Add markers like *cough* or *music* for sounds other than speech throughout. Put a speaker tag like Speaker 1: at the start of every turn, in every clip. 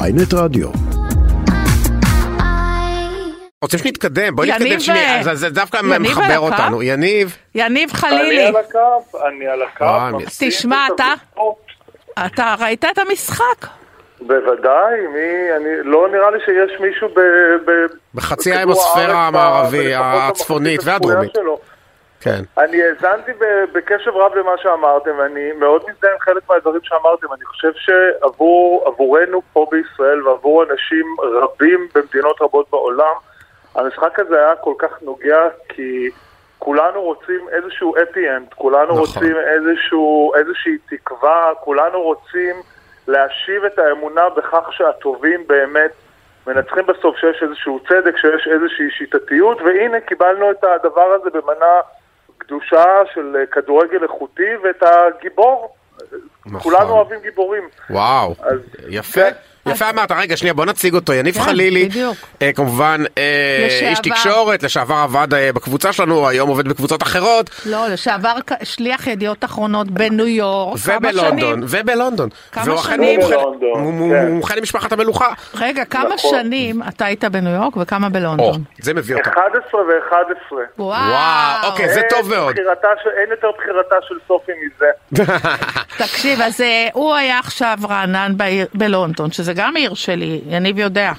Speaker 1: ויינט רדיו.
Speaker 2: רוצים שנתקדם, בואי
Speaker 3: יניב
Speaker 2: נתקדם
Speaker 3: ו-
Speaker 2: שנייה, אז- אז זה דווקא
Speaker 3: יניב על
Speaker 2: מחבר
Speaker 3: הקו?
Speaker 2: אותנו, יניב,
Speaker 3: יניב
Speaker 4: אני
Speaker 3: חלילי,
Speaker 4: על הקו, אני על
Speaker 2: אה,
Speaker 4: הקו. מחזיק
Speaker 3: תשמע,
Speaker 4: את
Speaker 3: אתה-
Speaker 4: הביקורת.
Speaker 3: אתה ראית את המשחק?
Speaker 4: בוודאי, מי, אני, לא נראה לי שיש מישהו ב... ב
Speaker 2: בחצי
Speaker 4: בכדור
Speaker 2: ההמיספירה
Speaker 4: הארץ,
Speaker 2: המערבי,
Speaker 4: ולפחות במחצית
Speaker 2: הצפונית
Speaker 4: הצפויה
Speaker 2: והדרומית.
Speaker 4: שלו.
Speaker 2: כן,
Speaker 4: אני האזנתי ב- בקשב רב למה שאמרתם, ואני מאוד מזדהה עם חלק מהדברים שאמרתם. אני חושב שעבורנו פה בישראל ועבור אנשים רבים במדינות רבות בעולם, המשחק הזה היה כל כך נוגע כי כולנו רוצים איזשהו happy end, כולנו
Speaker 2: נכון.
Speaker 4: רוצים איזשהו, איזושהי תקווה, כולנו רוצים להשיב את האמונה בכך שהטובים באמת מנצחים בסוף, שיש איזשהו צדק, שיש איזושהי שיטתיות, והנה קיבלנו את הדבר הזה במנה גדושה של אה, כדורגל איכותי ואת הגיבור. כולנו
Speaker 2: נכון,
Speaker 4: אוהבים גיבורים.
Speaker 2: וואו,
Speaker 4: אז- כן.
Speaker 2: יפה, יפה אמרת, רגע שנייה בוא נציג אותו, יניב
Speaker 3: כן,
Speaker 2: חלילי,
Speaker 3: בדיוק.
Speaker 2: אה, כמובן אה,
Speaker 3: לשעבר.
Speaker 2: איש תקשורת, לשעבר עבד אה, בקבוצה שלנו, היום עובד בקבוצות אחרות,
Speaker 3: לא, לשעבר ק- שליח ידיעות אחרונות בניו יורק, כמה
Speaker 2: ובלונדון,
Speaker 3: שנים, ובלונדון. כמה
Speaker 2: והוא אכן
Speaker 3: שנים?
Speaker 2: מומחה-
Speaker 4: ובלונדון,
Speaker 2: הוא- הוא
Speaker 4: כן.
Speaker 2: מומחה למשפחת המלוכה,
Speaker 3: רגע, כמה
Speaker 4: נכון.
Speaker 3: שנים אתה היית בניו יורק
Speaker 2: או,
Speaker 3: וכמה
Speaker 4: אוקיי.
Speaker 3: בלונדון?
Speaker 2: זה מביא אותה,
Speaker 4: 11 ו-11.
Speaker 2: וואו, אוקיי, זה טוב מאוד,
Speaker 4: אין יותר בחירתה של סופי מזה.
Speaker 3: תקשיב, אז אה, הוא היה עכשיו רענן בעיר- בלונדון, שזה גם עיר שלי, יניב יודע.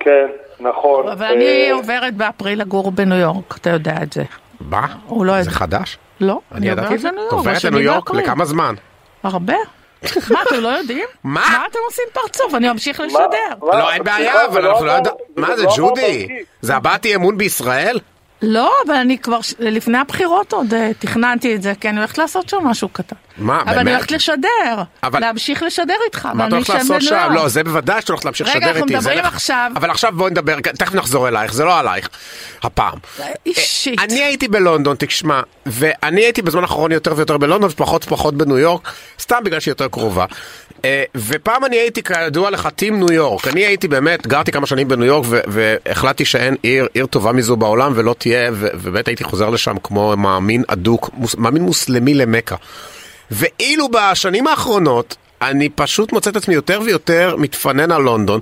Speaker 4: כן, נכון.
Speaker 3: אבל אני
Speaker 2: אוקיי.
Speaker 4: אה,
Speaker 3: עוברת באפריל לגור בניו יורק, אתה יודע את זה.
Speaker 2: מה?
Speaker 3: הוא לא
Speaker 2: זה
Speaker 3: יודע.
Speaker 2: חדש?
Speaker 3: לא,
Speaker 2: אני ידעתי את
Speaker 3: עוברת
Speaker 2: זה,
Speaker 3: לניו
Speaker 2: את
Speaker 3: יורק,
Speaker 2: עוברת
Speaker 3: השני
Speaker 2: לניו יורק
Speaker 3: באפריל.
Speaker 2: לכמה זמן?
Speaker 3: הרבה. מה, אתם לא יודעים?
Speaker 2: *laughs* מה?
Speaker 3: מה אתם עושים פרצוף? אני אמשיך
Speaker 4: מה-
Speaker 3: לשדר.
Speaker 4: מה?
Speaker 2: לא, אין
Speaker 4: סליחה,
Speaker 2: בעיה, אבל
Speaker 4: זה
Speaker 2: אנחנו לא
Speaker 4: עבר-
Speaker 2: יודעים. מה זה,
Speaker 4: לא עבר
Speaker 2: ג'ודי?
Speaker 4: דרכי.
Speaker 2: זה הבעת אי אמון בישראל?
Speaker 3: לא, אבל אני כבר, ש- לפני הבחירות עוד אה, תכננתי את זה, כי אני הולכת לעשות שם משהו קטן.
Speaker 2: מה,
Speaker 3: אבל אני
Speaker 2: באמת?
Speaker 3: הולכת לשדר.
Speaker 2: אבל-
Speaker 3: להמשיך לשדר איתך.
Speaker 2: מה את
Speaker 3: ואני
Speaker 2: הולכת
Speaker 3: שם
Speaker 2: לעשות
Speaker 3: בניו
Speaker 2: שם?
Speaker 3: יורק.
Speaker 2: לא, זה בוודאי שאת הולכת להמשיך
Speaker 3: רגע,
Speaker 2: לשדר איתי.
Speaker 3: אנחנו
Speaker 2: זה
Speaker 3: מדברים
Speaker 2: לך-
Speaker 3: עכשיו.
Speaker 2: אבל עכשיו בואי נדבר, תכף נחזור אלייך, זה לא עלייך. הפעם.
Speaker 3: אה, אישית.
Speaker 2: אה, אני הייתי בלונדון, תשמע, ואני הייתי בזמן האחרון יותר ויותר בלונדון ופחות ופחות בניו יורק, סתם בגלל שהיא יותר קרובה. אה, ופעם אני הייתי כידוע לך טים ניו יורק, אני הייתי באמת, גרתי כמה שנים בניו יורק ו- והחלטתי שאין עיר, עיר טובה מזו בעולם ולא תהיה, ו- ובאמת הייתי חוזר לשם כמו מאמין אדוק, מוס, מאמין מוסלמי למכה. ואילו בשנים האחרונות, אני פשוט מוצא את עצמי יותר ויותר מתפנן על לונדון.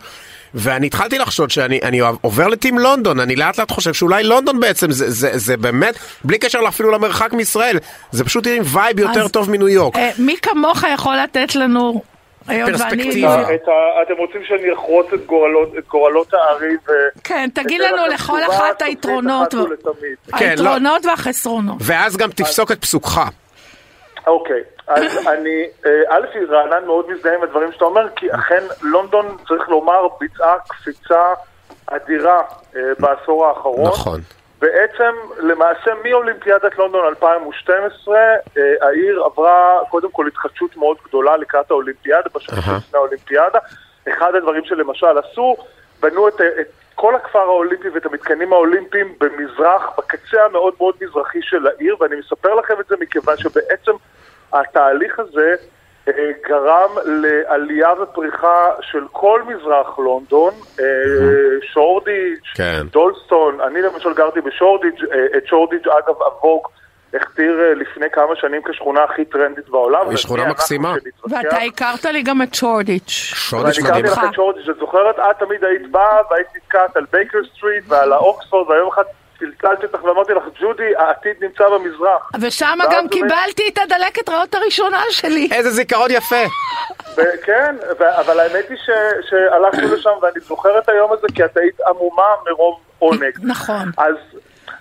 Speaker 2: ואני התחלתי לחשוד שאני אני עובר לטים לונדון, אני לאט לאט חושב שאולי לונדון בעצם זה, זה, זה באמת, בלי קשר אפילו למרחק מישראל, זה פשוט עיר עם וייב יותר
Speaker 3: אז-
Speaker 2: טוב מניו יורק.
Speaker 3: אה, מי כמוך יכול לתת לנו... היות ואני-
Speaker 2: פרספקטיבה.
Speaker 4: את ה- אתם רוצים שאני אחרוץ את גורלות- את גורלות הארי ו...
Speaker 3: כן, תגיד
Speaker 4: אתן
Speaker 3: לנו
Speaker 4: לכם
Speaker 3: לכל
Speaker 4: תשובה
Speaker 3: אחת
Speaker 4: סופית
Speaker 3: היתרונות.
Speaker 4: אחת ולתמיד.
Speaker 2: כן, לא.
Speaker 3: היתרונות והחסרונות.
Speaker 2: ואז גם תפסוק את פסוקך.
Speaker 4: אוקיי,
Speaker 3: *laughs*
Speaker 4: אז אני, אה, א', רענן מאוד מזדהה עם הדברים שאתה אומר, כי אכן לונדון, צריך לומר, ביצעה קפיצה אדירה אה, בעשור האחרון.
Speaker 2: נכון.
Speaker 4: בעצם, למעשה, מאולימפיאדת לונדון 2012, אה, העיר עברה קודם כל התחדשות מאוד גדולה לקראת האולימפיאדה, פשוט
Speaker 2: אהה.
Speaker 4: לפני האולימפיאדה. אחד הדברים שלמשל עשו, בנו את, אה, את כל הכפר האולימפי ואת המתקנים האולימפיים במזרח, בקצה המאוד מאוד מזרחי של העיר, ואני מספר לכם את זה מכיוון שבעצם התהליך הזה אה, גרם לעלייה ופריחה של כל מזרח לונדון, אה, שורדיץ',
Speaker 2: כן.
Speaker 4: דולסטון, אני למשל גרתי בשורדיג', אה, את שורדיג' אגב אבוק הכתיר אה, לפני כמה שנים כשכונה הכי טרנדית בעולם.
Speaker 2: היא שכונה
Speaker 4: אז מי אנחנו
Speaker 2: מקסימה.
Speaker 4: שנתווכח?
Speaker 3: ואתה הכרת לי גם את שורדיץ'.
Speaker 4: ואני
Speaker 2: שודש
Speaker 4: הכרתי
Speaker 2: מדהים.
Speaker 4: לך את שורדיג', את זוכרת? את תמיד היית באה והיית נתקעת על בייקר סטריט ועל האוקספורד והיום אחד צלצלתי אותך ואמרתי לך ג'ודי העתיד נמצא במזרח.
Speaker 3: ושם
Speaker 4: ואז
Speaker 3: גם
Speaker 4: באמת- אה,
Speaker 3: קיבלתי את הדלקת ריאות הראשונה שלי.
Speaker 2: איזה זיכרון יפה.
Speaker 4: וכן, ו- אבל האמת היא ש- שהלכנו לשם ואני זוכר את היום הזה כי את היית עמומה מרוב עונג.
Speaker 3: נכון.
Speaker 4: אז,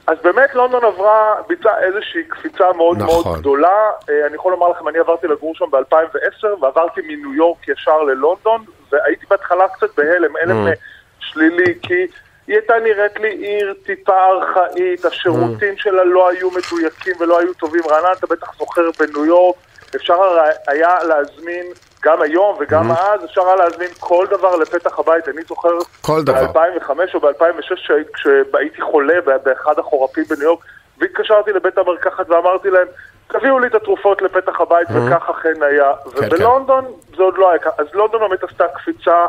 Speaker 4: אז באמת לונדון עברה, ביצעה איזושהי קפיצה מאוד
Speaker 2: נכון.
Speaker 4: נכון. מאוד גדולה. אה, אני יכול לומר לכם, אני עברתי לגור שם ב-2010, ועברתי מניו יורק ישר ללונדון, והייתי בהתחלה קצת בהלם, הלם אה,
Speaker 2: Mm.
Speaker 4: שלילי, כי היא הייתה נראית לי עיר טיפה ארכאית,
Speaker 2: Mm.
Speaker 4: השירותים שלה לא היו מדויקים ולא היו טובים. רענן, אתה בטח זוכר בניו יורק, אפשר הרי היה להזמין... גם היום וגם
Speaker 2: Mm.
Speaker 4: אז אפשר היה להזמין כל דבר לפתח הבית. אני זוכר
Speaker 2: כל דבר.
Speaker 4: ב-2005 או ב-2006, כשהייתי חולה ב- באחד החורפים בניו יורק, והתקשרתי לבית המרקחת ואמרתי להם, תביאו לי את התרופות לפתח הבית, וכך אכן היה.
Speaker 2: אה? כן.
Speaker 4: ובלונדון זה עוד לא היה ככה. אז לונדון באמת עשתה קפיצה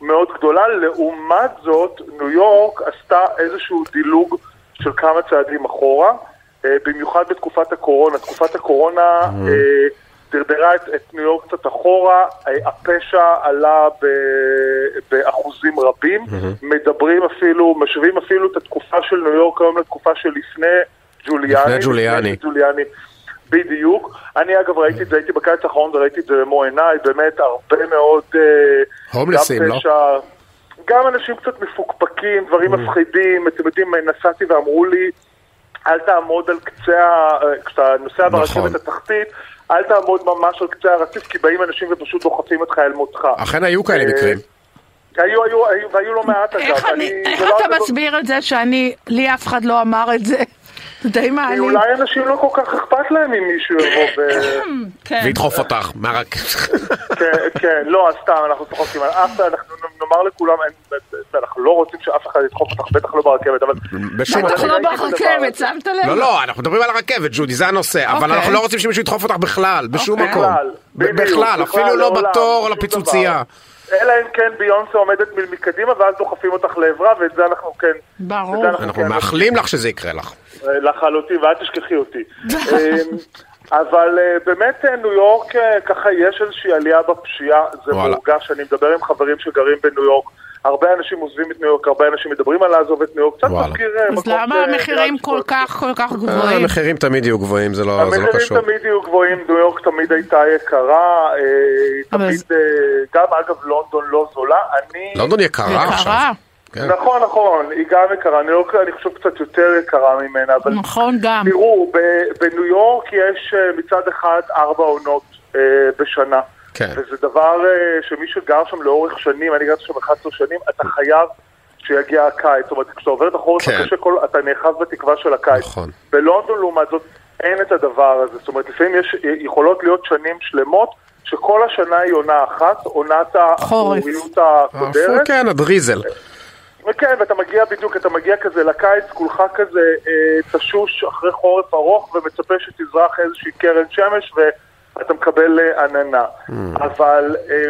Speaker 4: מאוד גדולה, לעומת זאת, ניו יורק עשתה איזשהו דילוג של כמה צעדים אחורה, אה, במיוחד בתקופת הקורונה. תקופת הקורונה... אה, דרדרה את, את ניו יורק קצת אחורה, אה, הפשע עלה ב, באחוזים רבים, מדברים אפילו, משווים אפילו את התקופה של ניו יורק היום לתקופה שלפני ג'וליאני.
Speaker 2: לפני ג'וליאני.
Speaker 4: ג'וליאני. בדיוק. אני אגב ראיתי את זה, הייתי בקיץ האחרון וראיתי את זה במו עיניי, באמת הרבה מאוד... אה,
Speaker 2: הומלסים,
Speaker 4: גם
Speaker 2: לא?
Speaker 4: פשע, גם אנשים קצת מפוקפקים,
Speaker 2: Mm.
Speaker 4: דברים מפחידים, אתם יודעים, נסעתי ואמרו לי, אל תעמוד על קצה, ה- אה, כשאתה נוסע
Speaker 2: נכון.
Speaker 4: ברכבת התחתית, אל תעמוד ממש על קצה הרציף, כי באים אנשים ופשוט דוחפים אותך אל מותך.
Speaker 2: אכן היו כאלה
Speaker 4: אה,
Speaker 2: מקרים.
Speaker 4: היו, היו, היו, והיו לא מעט אגב.
Speaker 3: איך אני, איך
Speaker 4: זה לא-
Speaker 3: אתה
Speaker 4: זה לא-
Speaker 3: מסביר את זה שאני, לי אף אחד לא אמר את זה? זה די
Speaker 4: כי
Speaker 3: מעליב.
Speaker 4: אולי אנשים לא כל כך אכפת להם אם מישהו יבוא
Speaker 2: *laughs*
Speaker 4: ו...
Speaker 3: כן.
Speaker 2: וידחוף אותך, מה רק...
Speaker 4: כן, כן, לא, אז סתם, אנחנו צוחקים על אף אחד, אנחנו נ- נאמר לכולם, אין- אנחנו לא רוצים שאף אחד ידחוף אותך, בטח לא ברכבת, אבל...
Speaker 2: בשום
Speaker 4: אבל
Speaker 3: בטח
Speaker 4: אני
Speaker 3: לא
Speaker 4: ראיתי את הדבר
Speaker 3: ברכבת,
Speaker 4: הזה.
Speaker 3: שמת לב?
Speaker 2: לא, לא, אנחנו מדברים על הרכבת, ג'ודי, זה הנושא, אבל
Speaker 3: אוקיי.
Speaker 2: אנחנו לא רוצים שמישהו ידחוף אותך בכלל, בשום
Speaker 3: אוקיי.
Speaker 2: מקום.
Speaker 4: בכלל,
Speaker 2: נכון. ב-
Speaker 4: בדיוק,
Speaker 2: בכלל, אפילו לא
Speaker 4: לעולם,
Speaker 2: בתור
Speaker 4: שום
Speaker 2: לפיצוצייה.
Speaker 4: דבר. אלא אם כן ביונסה עומדת מ- מקדימה, ואז דוחפים אותך לעברה, ואת זה אנחנו כן...
Speaker 3: ברור.
Speaker 4: את זה
Speaker 2: אנחנו
Speaker 4: כן
Speaker 2: מאחלים לך שזה יקרה לך.
Speaker 4: לחלוטין, ואל תשכחי
Speaker 2: *laughs*
Speaker 4: אותי. אמ, אבל אה, באמת אה, ניו יורק, אה, ככה יש איזושהי עלייה בפשיעה, זה
Speaker 2: וואלה.
Speaker 4: מורגש, אני מדבר עם חברים שגרים בניו יורק, הרבה אנשים עוזבים את ניו יורק, הרבה אנשים מדברים על לעזוב את ניו יורק, קצת
Speaker 2: וואלה.
Speaker 4: מזכיר... אה,
Speaker 3: אז
Speaker 4: מקום
Speaker 3: למה
Speaker 4: ש- לא,
Speaker 3: המחירים כל כך כל כך
Speaker 2: אה,
Speaker 3: גבוהים?
Speaker 2: המחירים תמיד יהיו גבוהים, זה לא זה לא
Speaker 4: המחירים
Speaker 2: קשור.
Speaker 4: תמיד יהיו גבוהים, ניו יורק תמיד הייתה יקרה, אה,
Speaker 3: אבל
Speaker 4: תמיד,
Speaker 3: זה-
Speaker 4: אה, גם אגב לונדון לא זולה, אני...
Speaker 2: לונדון יקרה
Speaker 3: יקרה.
Speaker 2: עכשיו. כן.
Speaker 4: נכון, נכון, היא גם יקרה, ניו יורק אני חושב קצת יותר יקרה ממנה, אבל
Speaker 3: נכון גם.
Speaker 4: תראו, ב- בניו יורק יש אה, מצד אחד ארבע עונות אה, בשנה.
Speaker 2: כן.
Speaker 4: וזה דבר אה, שמי שגר שם לאורך שנים, אני גרתי שם 11 שנים, אתה חייב שיגיע הקיץ. זאת אומרת, כשאתה עובר את החורף
Speaker 2: Mm. כן.
Speaker 4: הקשה, כל- אתה נאחז בתקווה של הקיץ.
Speaker 2: נכון.
Speaker 4: בלונדון, לעומת זאת, אין את הדבר הזה. זאת אומרת, לפעמים יש, אה, יכולות להיות שנים שלמות, שכל השנה היא עונה אחת, עונת
Speaker 3: חורף.
Speaker 4: האחוריות הקודרת.
Speaker 2: אפילו כן, הדריזל.
Speaker 4: וכן, כן, ואתה מגיע בדיוק, אתה מגיע כזה לקיץ, כולך כזה אה, תשוש אחרי חורף ארוך ומצפה שתזרח איזושהי קרן שמש ואתה מקבל אה, עננה. אבל אה,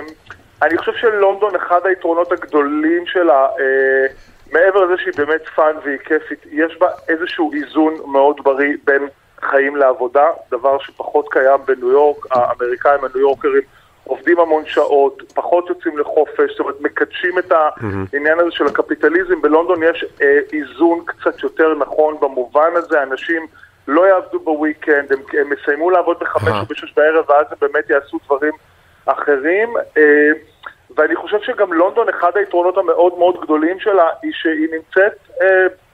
Speaker 4: אני חושב שלונדון, אחד היתרונות הגדולים שלה, אה, מעבר לזה שהיא באמת פאן והיא כיפית, יש בה איזשהו איזון מאוד בריא בין חיים לעבודה, דבר שפחות קיים בניו יורק, האמריקאים, הניו יורקרים עובדים המון שעות, פחות יוצאים לחופש, זאת אומרת, מקדשים את העניין הזה של הקפיטליזם. בלונדון יש אה, איזון קצת יותר נכון במובן הזה, אנשים לא יעבדו בוויקנד, הם, הם יסיימו לעבוד בחמש
Speaker 2: אהה.
Speaker 4: או בשש בערב, ואז הם באמת יעשו דברים אחרים. אה, ואני חושב שגם לונדון, אחד היתרונות המאוד מאוד גדולים שלה, היא שהיא נמצאת אה,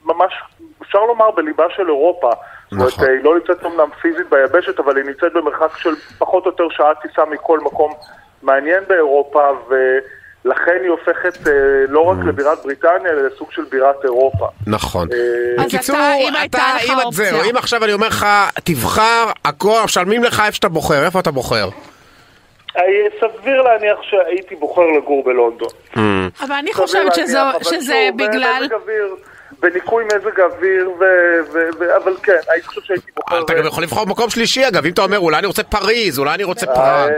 Speaker 4: ממש, אפשר לומר, בליבה של אירופה.
Speaker 2: נכון.
Speaker 4: זאת אומרת, היא לא נמצאת אמנם פיזית ביבשת, אבל היא נמצאת במרחק של פחות או יותר שעה טיסה מכל מקום מעניין באירופה, ולכן היא הופכת אה, לא רק
Speaker 3: Mm.
Speaker 4: לבירת בריטניה, אלא לסוג של בירת אירופה.
Speaker 2: נכון.
Speaker 4: אה.
Speaker 3: אז אתה, אם הייתה
Speaker 2: אתה-
Speaker 3: לך
Speaker 2: אם את-
Speaker 3: אופציה.
Speaker 2: זהו, אם עכשיו אני אומר לך, תבחר, הכל, משלמים לך איפה שאתה בוחר, איפה אתה בוחר?
Speaker 4: אה, סביר להניח שהייתי בוחר לגור בלונדון.
Speaker 3: אבל אני
Speaker 4: סביר
Speaker 3: חושבת
Speaker 4: להניח,
Speaker 3: שזו-
Speaker 4: אבל
Speaker 3: שזה
Speaker 4: שוב, אה,
Speaker 3: בגלל...
Speaker 4: במזג אוויר, בניקוי מזג אוויר, ו... ו... ו... אבל כן, אני חושב שהייתי בוחר...
Speaker 2: אה, אתה גם יכול לבחור מקום שלישי אגב, אם אתה אומר אולי אני רוצה פריז, אולי אני רוצה
Speaker 4: אה,
Speaker 2: פראג.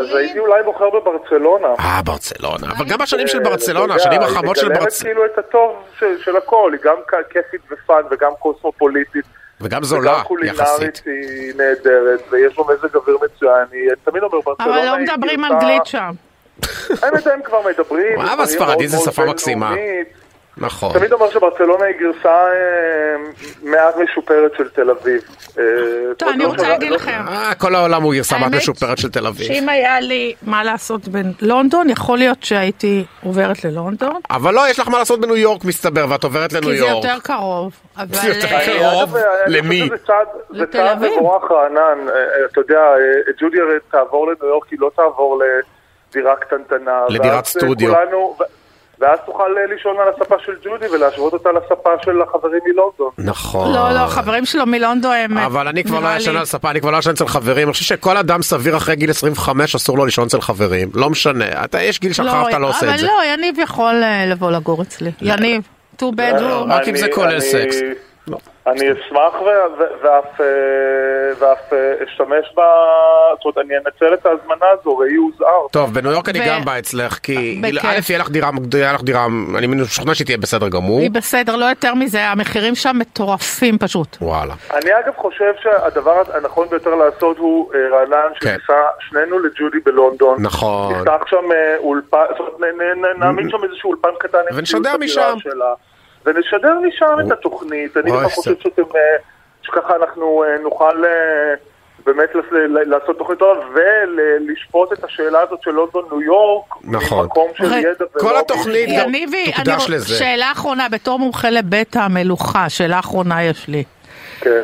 Speaker 4: אז הייתי אולי בוחר בברצלונה.
Speaker 2: אה, ברצלונה. אבל גם השנים של
Speaker 4: אה,
Speaker 2: ברצלונה,
Speaker 4: אתה יודע,
Speaker 2: השנים החמות של
Speaker 4: היא מגלמת
Speaker 2: ברצלונה,
Speaker 4: כאילו את הטוב של- של הכל, היא גם כ- כיפית ופאן וגם קוסמופוליטית.
Speaker 2: וגם
Speaker 4: וגם
Speaker 2: זולה,
Speaker 4: קולינרית
Speaker 2: יחסית.
Speaker 4: היא נהדרת, ויש לו מזג אוויר מצוין, היא- אני תמיד אומר ברצלונה.
Speaker 3: אבל לא
Speaker 4: היא
Speaker 3: מדברים
Speaker 4: גרסה-
Speaker 3: אנגלית שם.
Speaker 4: האמת הם כבר מדברים.
Speaker 2: *laughs* וואו,
Speaker 4: דברים
Speaker 2: הספרדית
Speaker 4: מאוד
Speaker 2: זה
Speaker 4: מאוד
Speaker 2: שפה מקסימה.
Speaker 4: בינלאומית.
Speaker 2: נכון.
Speaker 4: תמיד אומר שברצלונה היא גרסה אה, מעט משופרת של תל אביב. אה,
Speaker 3: טוב, אני
Speaker 4: לא
Speaker 3: רוצה
Speaker 4: קרה-
Speaker 3: להגיד
Speaker 4: לא-
Speaker 3: לכם.
Speaker 2: אה, כל העולם הוא גרסה מעט
Speaker 3: האמת
Speaker 2: משופרת של תל אביב.
Speaker 3: שאם היה לי מה לעשות בלונדון, יכול להיות שהייתי עוברת ללונדון,
Speaker 2: אבל לא, יש לך מה לעשות בניו יורק מסתבר, ואת עוברת לניו
Speaker 3: כי זה
Speaker 2: יורק.
Speaker 3: יותר קרוב. אבל...
Speaker 2: יותר
Speaker 3: אה,
Speaker 2: קרוב.
Speaker 4: אגב, אה, אני
Speaker 2: למי?
Speaker 4: חושב שזה צעד- זה
Speaker 3: לתל
Speaker 4: צעד
Speaker 3: אביב.
Speaker 4: מבורך רענן, אה, אה, אתה יודע, אה, ג'ודי הרי תעבור לניו יורק, היא לא תעבור לדירה קטנטנה.
Speaker 2: לדירת
Speaker 4: ואז, אה,
Speaker 2: סטודיו.
Speaker 4: כולנו- ו- ואז תוכל אה, לישון על הספה של ג'ודי ולהשוות אותה לספה של החברים מלונדון.
Speaker 2: נכון.
Speaker 3: לא, לא, חברים שלו מלונדון הם... אה,
Speaker 2: אבל אני כבר לא
Speaker 3: נראה לי-
Speaker 2: ישן על ספה, אני כבר לא ישן אצל חברים. אני חושב שכל אדם סביר אחרי גיל 25 אסור לו לישון אצל חברים. לא משנה. אתה, יש גיל שלך, אתה לא עושה את זה.
Speaker 3: אבל לא, יניב יכול אה, לבוא לגור אצלי. יניב, two bedroom.
Speaker 2: רק אם זה
Speaker 4: אני-
Speaker 2: כולל
Speaker 4: אני-
Speaker 2: סקס. לא.
Speaker 4: אני אשמח ו- ו- ואף, אה, ואף אה, אשתמש ב... זאת אומרת, אני אנצל את ההזמנה הזו, ראי הוזהר.
Speaker 2: טוב, בניו יורק אני
Speaker 3: ו-
Speaker 2: גם בא אצלך, כי
Speaker 3: בכיף.
Speaker 2: א', יהיה לך דירה, יהיה לך דירה, אני משוכנע שהיא תהיה בסדר גמור.
Speaker 3: היא בסדר, לא יותר מזה, המחירים שם מטורפים פשוט.
Speaker 2: וואלה.
Speaker 4: אני אגב חושב שהדבר הנכון ביותר לעשות הוא אה, רענן,
Speaker 2: כן.
Speaker 4: שניסע שנינו לג'ודי בלונדון.
Speaker 2: נכון.
Speaker 4: נפתח שם אה, אולפן, זאת אומרת, נ- נ- נעמיד שם איזשהו אולפן קטן. עם
Speaker 2: ונשדר
Speaker 4: ציוד הבירה
Speaker 2: משם.
Speaker 4: שלה, ונשדר משם את התוכנית. אני
Speaker 2: אוי,
Speaker 4: גם
Speaker 2: זה-
Speaker 4: חושב שאתם, אה, שככה אנחנו אה, נוכל אה, באמת לס- ל- לעשות תוכנית טובה ולשפוט את השאלה הזאת של לונדון ניו יורק.
Speaker 2: נכון.
Speaker 4: ממקום של
Speaker 3: הרי
Speaker 4: ידע ולא...
Speaker 2: כל התוכנית
Speaker 4: מישהו.
Speaker 2: גם-
Speaker 3: יניבי, אני
Speaker 2: תוקדש
Speaker 3: רוצ-
Speaker 2: לזה.
Speaker 3: שאלה אחרונה, בתור מומחה לבית המלוכה, שאלה אחרונה יש לי.
Speaker 4: כן.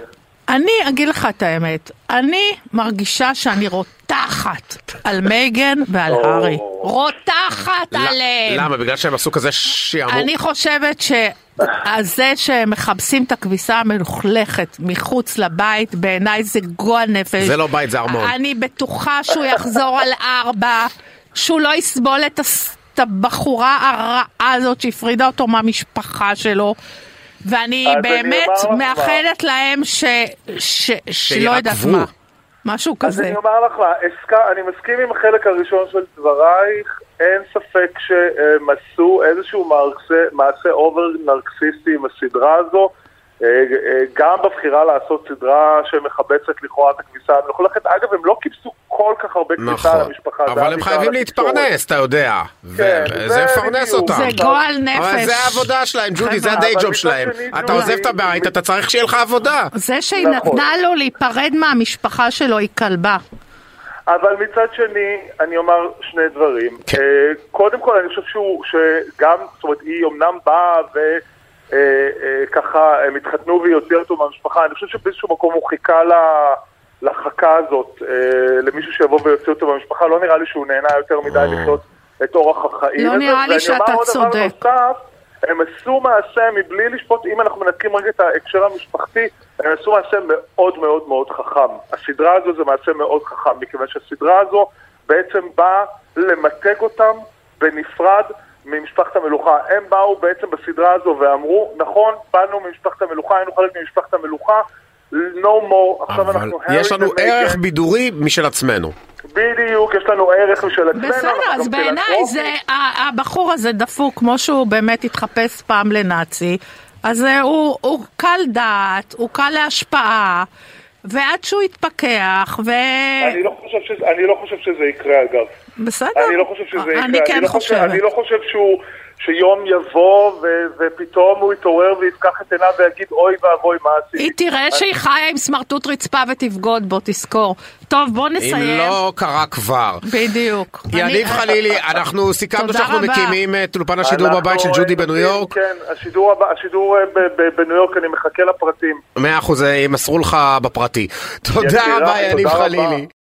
Speaker 3: אני אגיד לך את האמת, אני מרגישה שאני רותחת על מייגן ועל
Speaker 4: או.
Speaker 3: הארי. רותחת עליהם.
Speaker 2: למה? בגלל שהם עשו כזה שיעמור?
Speaker 3: אני חושבת שזה שהם מכבסים את הכביסה המלוכלכת מחוץ לבית, בעיניי זה גועל נפש.
Speaker 2: זה לא בית, זה ארמון.
Speaker 3: אני בטוחה שהוא יחזור על ארבע, שהוא לא יסבול את, הס... את הבחורה הרעה הזאת שהפרידה אותו מהמשפחה שלו. ואני
Speaker 4: אז אני
Speaker 3: באמת
Speaker 4: אומר לך
Speaker 3: מאחלת להם ש... ש... שלא יודעת
Speaker 2: שיעקבו.
Speaker 3: מה. משהו
Speaker 4: אז
Speaker 3: כזה.
Speaker 4: אני אומר לך, עסקה, אני מסכים עם החלק הראשון של דברייך, אין ספק שהם עשו איזשהו מעשה, מעשה אובר נרקסיסטי עם הסדרה הזו, אה, אה, גם בבחירה לעשות סדרה שמחבצת לכאורה את הכביסה המלוכלכת. אגב, הם לא כיבסו כל כך הרבה כביסה
Speaker 2: נכון.
Speaker 4: על המשפחה. זה
Speaker 2: אבל
Speaker 4: היה
Speaker 2: הם
Speaker 4: בעיקר
Speaker 2: חייבים
Speaker 4: על התקשורת.
Speaker 2: להתפרנס, אתה יודע.
Speaker 4: כן,
Speaker 2: וזה
Speaker 4: זה
Speaker 2: מפרנס
Speaker 4: בדיוק.
Speaker 2: אותם.
Speaker 3: זה גועל נפש.
Speaker 2: אבל זה העבודה שלהם, ג'ודי, זה
Speaker 3: חבר'ה,
Speaker 2: הדיי
Speaker 4: אבל
Speaker 2: ג'וב
Speaker 4: מצד
Speaker 2: שלהם.
Speaker 4: שני,
Speaker 2: אתה
Speaker 4: ג'ודי-
Speaker 2: עוזב את הבית, אתה צריך שיהיה לך עבודה.
Speaker 3: זה שהיא
Speaker 4: נכון.
Speaker 3: נתנה לו להיפרד מהמשפחה שלו היא כלבה.
Speaker 4: אבל מצד שני, אני אומר שני דברים.
Speaker 2: כן.
Speaker 4: אה, קודם כל, אני חושב שהוא, שגם, זאת אומרת, היא אמנם באה ו... אה, אה, ככה, הם התחתנו והיא הוציאה אותו מהמשפחה, אני חושב שבאיזשהו מקום הוא חיכה ל- לחכה הזאת, אה, למישהו שיבוא ויוציא אותו מהמשפחה, לא נראה לי שהוא נהנה יותר מדי לחיות את אורח החיים.
Speaker 3: לא
Speaker 4: הזה.
Speaker 3: נראה לי
Speaker 4: ואני
Speaker 3: שאתה
Speaker 4: אומר עוד דבר
Speaker 3: צודק.
Speaker 4: נוסף, הם עשו מעשה מבלי לשפוט, אם אנחנו מנתקים רגע את ההקשר המשפחתי, הם עשו מעשה מאוד מאוד מאוד חכם. הסדרה הזו זה מעשה מאוד חכם, מכיוון שהסדרה הזו בעצם באה למתג אותם בנפרד ממשפחת המלוכה. הם באו בעצם בסדרה הזו ואמרו, נכון, באנו ממשפחת המלוכה, היינו חלק ממשפחת המלוכה, no more, עכשיו
Speaker 2: אבל
Speaker 4: אנחנו
Speaker 2: יש לנו
Speaker 4: ומייגן.
Speaker 2: ערך בידורי משל עצמנו.
Speaker 4: בדיוק, יש לנו ערך משל עצמנו.
Speaker 3: בסדר,
Speaker 4: אנחנו
Speaker 3: אז
Speaker 4: גם
Speaker 3: בעיניי
Speaker 4: פילנטרופים.
Speaker 3: זה, ה- הבחור הזה דפוק, כמו שהוא באמת התחפש פעם לנאצי, אז אה, הוא, הוא קל דעת, הוא קל להשפעה, ועד שהוא יתפכח, ו...
Speaker 4: אני לא חושב שזה- אני לא חושב שזה יקרה אגב.
Speaker 3: בסדר?
Speaker 4: אני לא חושב שזה יקרה.
Speaker 3: אני כן
Speaker 4: לא חושב-
Speaker 3: חושבת.
Speaker 4: אני לא חושב שהוא, שיום יבוא ו- ופתאום הוא יתעורר ויפקח את עיניו ויגיד אוי ואבוי מה
Speaker 3: היא
Speaker 4: עשיתי.
Speaker 3: תראה שהיא חיה עם סמרטוט רצפה ותבגוד בו, תזכור. טוב, בוא
Speaker 2: אם
Speaker 3: נסיים.
Speaker 2: לא קרה כבר.
Speaker 3: בדיוק.
Speaker 2: יניב
Speaker 3: אני-
Speaker 2: חלילי, אנחנו סיכמנו
Speaker 3: תודה
Speaker 2: שאנחנו
Speaker 3: רבה.
Speaker 2: מקימים את אולפן השידור
Speaker 4: אנחנו,
Speaker 2: בבית של
Speaker 4: אה,
Speaker 2: ג'ודי בניו
Speaker 4: נותנים-
Speaker 2: יורק.
Speaker 4: כן, השידור הבא- השידור אה, ב- ב- בניו יורק, אני מחכה לפרטים.
Speaker 2: מאה אחוז, אה, ימסרו לך בפרטי. תודה
Speaker 4: יקירה,
Speaker 2: רבה, יניב
Speaker 4: תודה רבה.
Speaker 2: חלילי.